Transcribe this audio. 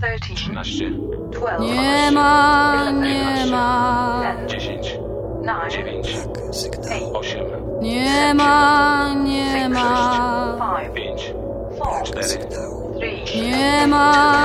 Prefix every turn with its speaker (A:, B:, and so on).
A: 13,
B: 13,
A: 12,
C: Nie ma, nie ma,
B: 10,
A: 9,
B: 9,
D: Sygnał.
B: 8,
C: nie ma, nie ma,
A: 5,
B: 5,
A: 4,
B: 4,
A: 3,
C: nie ma,